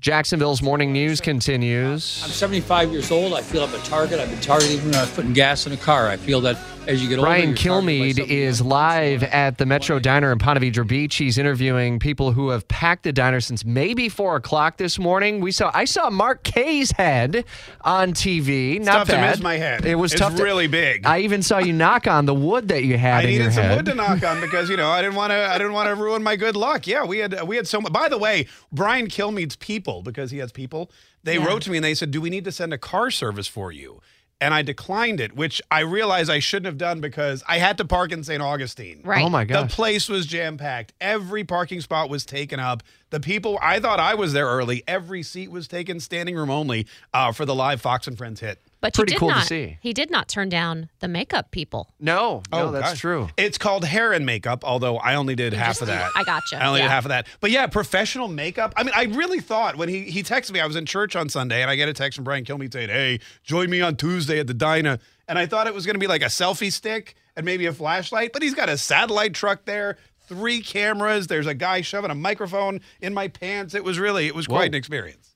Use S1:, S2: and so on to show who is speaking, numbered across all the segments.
S1: Jacksonville's morning news continues.
S2: I'm 75 years old. I feel I'm a target. I've been targeted even when I was putting gas in a car. I feel that as you get older.
S1: Brian
S2: you're targeted
S1: Kilmeade
S2: by something
S1: is
S2: else.
S1: live at the Metro Diner in Ponte Vedra Beach. He's interviewing people who have packed the diner since maybe four o'clock this morning. We saw I saw Mark Kay's head on TV. Not
S3: tough to
S1: bad.
S3: miss my head.
S1: It was
S3: It's
S1: tough. to-
S3: really big.
S1: I even saw you knock on the wood that you had
S3: I
S1: in your
S3: needed some
S1: head.
S3: wood to knock on because you know I didn't want to. I didn't want to ruin my good luck. Yeah, we had we had so. much. By the way, Brian Kilmeade's people because he has people. They wrote to me and they said, "Do we need to send a car service for you?" And I declined it, which I realized I shouldn't have done because I had to park in St. Augustine.
S4: Right.
S1: Oh my
S3: The
S1: gosh!
S3: place was jam packed. Every parking spot was taken up. The people, I thought I was there early. Every seat was taken, standing room only, uh, for the live Fox and Friends hit.
S4: But
S1: Pretty
S4: he did
S1: cool to
S4: not,
S1: see.
S4: He did not turn down the makeup people.
S1: no, no, that's
S3: Oh, gosh.
S1: true.
S3: It's called hair and makeup, although I only did half
S4: just
S3: of
S4: did-
S3: that.
S4: I gotcha.
S3: I only did
S4: Yeah.
S3: half of that. But yeah, professional makeup. I mean, I really thought when he, he texted me, I was in church on Sunday, and I get a text from Brian Kilmeade saying, Hey, join me on Tuesday at the diner. And I thought it was going to be like a selfie stick and maybe a flashlight, but he's got a satellite truck there, three cameras. There's a guy shoving a microphone in my pants. It was really, it was quite
S1: Whoa.
S3: an experience.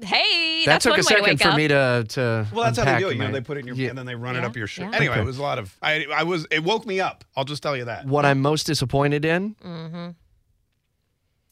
S4: Hey,
S1: that
S4: that's
S1: took a
S4: one way to
S1: second
S4: wake
S1: for
S4: up.
S1: me to to.
S3: Well, that's how they
S1: unpack
S3: do it. You know,
S1: my-
S3: they put it in your
S1: Yeah.
S3: and then they run it
S4: Yeah.
S3: up your shirt.
S4: Yeah.
S3: Anyway,
S1: Okay.
S3: it was a lot of. I, I was. It woke me up. I'll just tell you that.
S1: What I'm most disappointed in.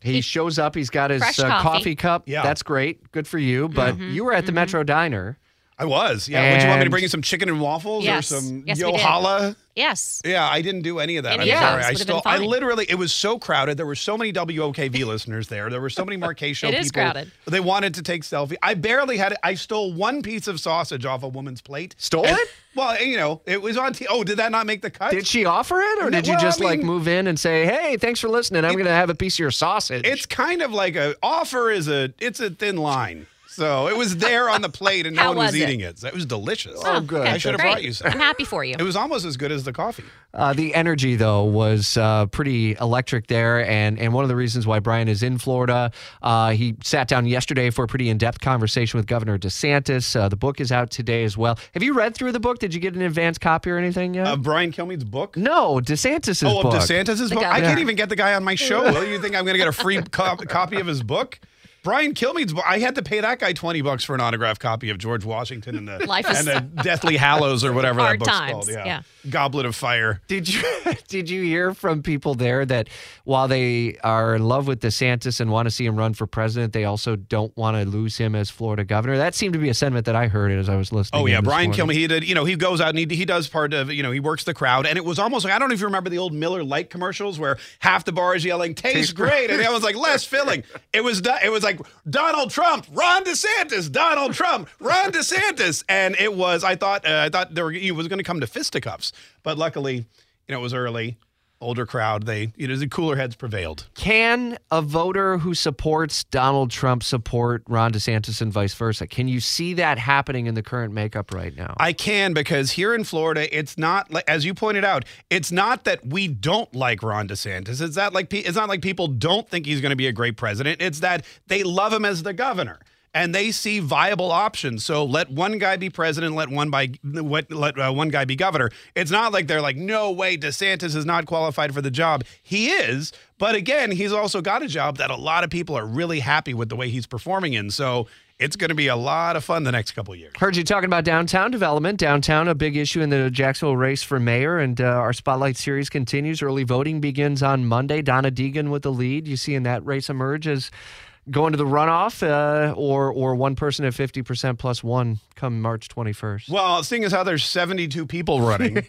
S1: He shows up. He's got his
S4: Mm-hmm. Fresh
S1: uh,
S4: coffee. Mm-hmm.
S1: coffee cup.
S3: Yeah.
S1: that's great. Good for you. But you were at the Metro Diner.
S3: I was. Yeah. Would you want me to
S1: And-
S3: bring you some chicken and waffles
S4: Yes.
S3: or some
S4: Yes, we did.
S3: yohala?
S4: yes.
S3: Yeah, I didn't do any of that.
S4: Any
S3: I'm sorry.
S4: of those
S3: I
S4: would've been
S3: still I
S4: fine.
S3: literally it was so crowded. There were so many WOKV listeners there. There were so many Marquez show
S4: It
S3: people.
S4: is crowded.
S3: They wanted to take selfie. I barely had it. I stole one piece of sausage off a woman's plate.
S1: Stole
S3: And-
S1: it?
S3: Well, eh, you know, it was on t- Oh, did that not make the cut?
S1: Did she offer it, or
S3: No,
S1: did you
S3: well,
S1: just
S3: I mean-
S1: like move in and say, "Hey, thanks for listening. I'm going to have a piece of your sausage."
S3: it's kind of like a offer is a it's a thin line. So it was there on the plate and no
S4: How
S3: one was,
S4: was it?
S3: eating it. So it was delicious.
S1: Oh, good.
S4: okay.
S3: I should have
S4: Great.
S3: brought you some.
S4: I'm happy for you.
S3: It was almost as good as the coffee.
S1: uh, the energy though was uh, pretty electric there, and and one of the reasons why Brian is in Florida. Uh, he sat down yesterday for a pretty in-depth conversation with Governor DeSantis. Uh, the book is out today as well. Have you read through the book? Did you get an advance copy or anything yet?
S3: Uh, Brian Kilmeade's book.
S1: no, DeSantis's
S3: Oh,
S1: book.
S3: of DeSantis's book? I
S4: governor.
S3: can't even get the guy on my show. Will you think I'm going to get a free co- copy of his book? Brian Kilmeade's book. I had to pay that guy 20 bucks for an autographed copy of George Washington and the,
S4: Life is-
S3: and the Deathly Hallows or whatever that
S4: Hard
S3: book's
S4: times,
S3: called. Yeah.
S4: yeah.
S3: Goblet of Fire.
S1: Did you did you hear from people there that while they are in love with DeSantis and want to see him run for president, they also don't want to lose him as Florida governor? That seemed to be a sentiment that I heard as I was listening.
S3: Oh
S1: in
S3: yeah,
S1: this
S3: Brian
S1: morning.
S3: Kilmeade. He did. You know, he goes out and he, he does part of. You know, he works the crowd, and it was almost like I don't know if you remember the old Miller Lite commercials where half the bar is yelling "Tastes great," and the other one's like "Less filling." It was do- it was like Donald Trump, Ron DeSantis, Donald Trump, Ron DeSantis, and it was. I thought uh, I thought there were, he was going to come to fisticuffs, but luckily, you know, it was early. Older crowd, they you know the cooler heads prevailed.
S1: Can a voter who supports Donald Trump support Ron DeSantis and vice versa? Can you see that happening in the current makeup right now?
S3: I can because here in Florida, it's not like as you pointed out, it's not that we don't like Ron DeSantis. It's that like pe- it's not like people don't think he's going to be a great president. It's that they love him as the governor and they see viable options. So let one guy be president, let one by what let uh, one guy be governor. It's not like they're like no way DeSantis is not qualified for the job. He is, but again, he's also got a job that a lot of people are really happy with the way he's performing in. So it's going to be a lot of fun the next couple of years.
S1: Heard you talking about downtown development. Downtown, a big issue in the Jacksonville race for mayor, and uh, our spotlight series continues. Early voting begins on Monday. Donna Deegan with the lead. You see in that race emerge as going to the runoff, uh, or or one person at fifty percent plus one come March twenty first.
S3: Well, seeing as how there's 72 people running,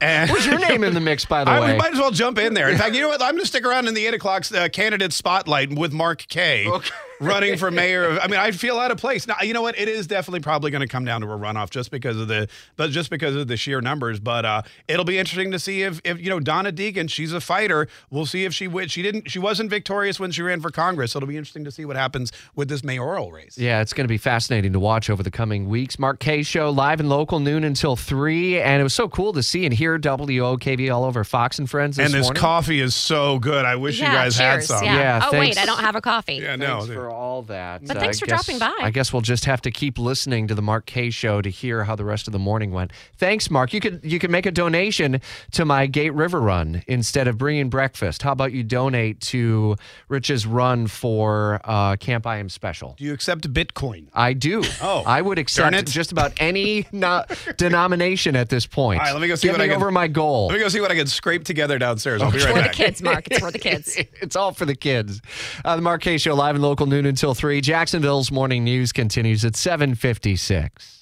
S3: and
S1: What's your name in the mix, by the
S3: I,
S1: way?
S3: we might as well jump in there. In fact, you know what? I'm going to stick around in the eight o'clock uh, candidate spotlight with Mark Kay running for mayor. Of, I mean, I feel out of place. Now, you know what? It is definitely probably going to come down to a runoff just because of the, but just because of the sheer numbers. But uh, it'll be interesting to see if, if you know Donna Deegan, she's a fighter. We'll see if she wins. She didn't. She wasn't victorious when she ran for Congress. So it'll be interesting to see what happens with this mayoral race.
S1: Yeah, it's going to be fascinating to watch over the coming weeks. Mark K show live and local noon until three, and it was so cool to see and hear WOKV all over Fox and Friends this
S3: and this
S1: morning.
S3: coffee is so good. I wish you guys had
S4: cheers,
S3: some.
S4: Yeah.
S1: Yeah,
S4: oh,
S1: thanks.
S4: wait, I don't have a coffee.
S3: Yeah, no.
S1: for all that.
S4: But
S1: Uh,
S4: thanks
S1: I
S4: for
S1: guess-
S4: dropping by.
S1: I guess we'll just have to keep listening to the Mark K show to hear how the rest of the morning went. Thanks, Mark. You could you could make a donation to my Gate River Run instead of bringing breakfast. How about you donate to Rich's run for uh, Camp I Am Special?
S3: Do you accept Bitcoin?
S1: I do.
S3: Oh,
S1: I would accept
S3: it.
S1: just about any no- denomination at this point.
S3: All right, let me go see
S1: Get
S3: what
S1: me
S3: I can-
S1: over my goal.
S3: Let me go see what I can scrape together downstairs. I'll be
S4: for
S3: right
S4: the
S3: back.
S4: kids, Mark. It's for the kids.
S1: it's all for the kids. Uh, the Marquez Show live and local noon until three. Jacksonville's morning news continues at seven fifty six.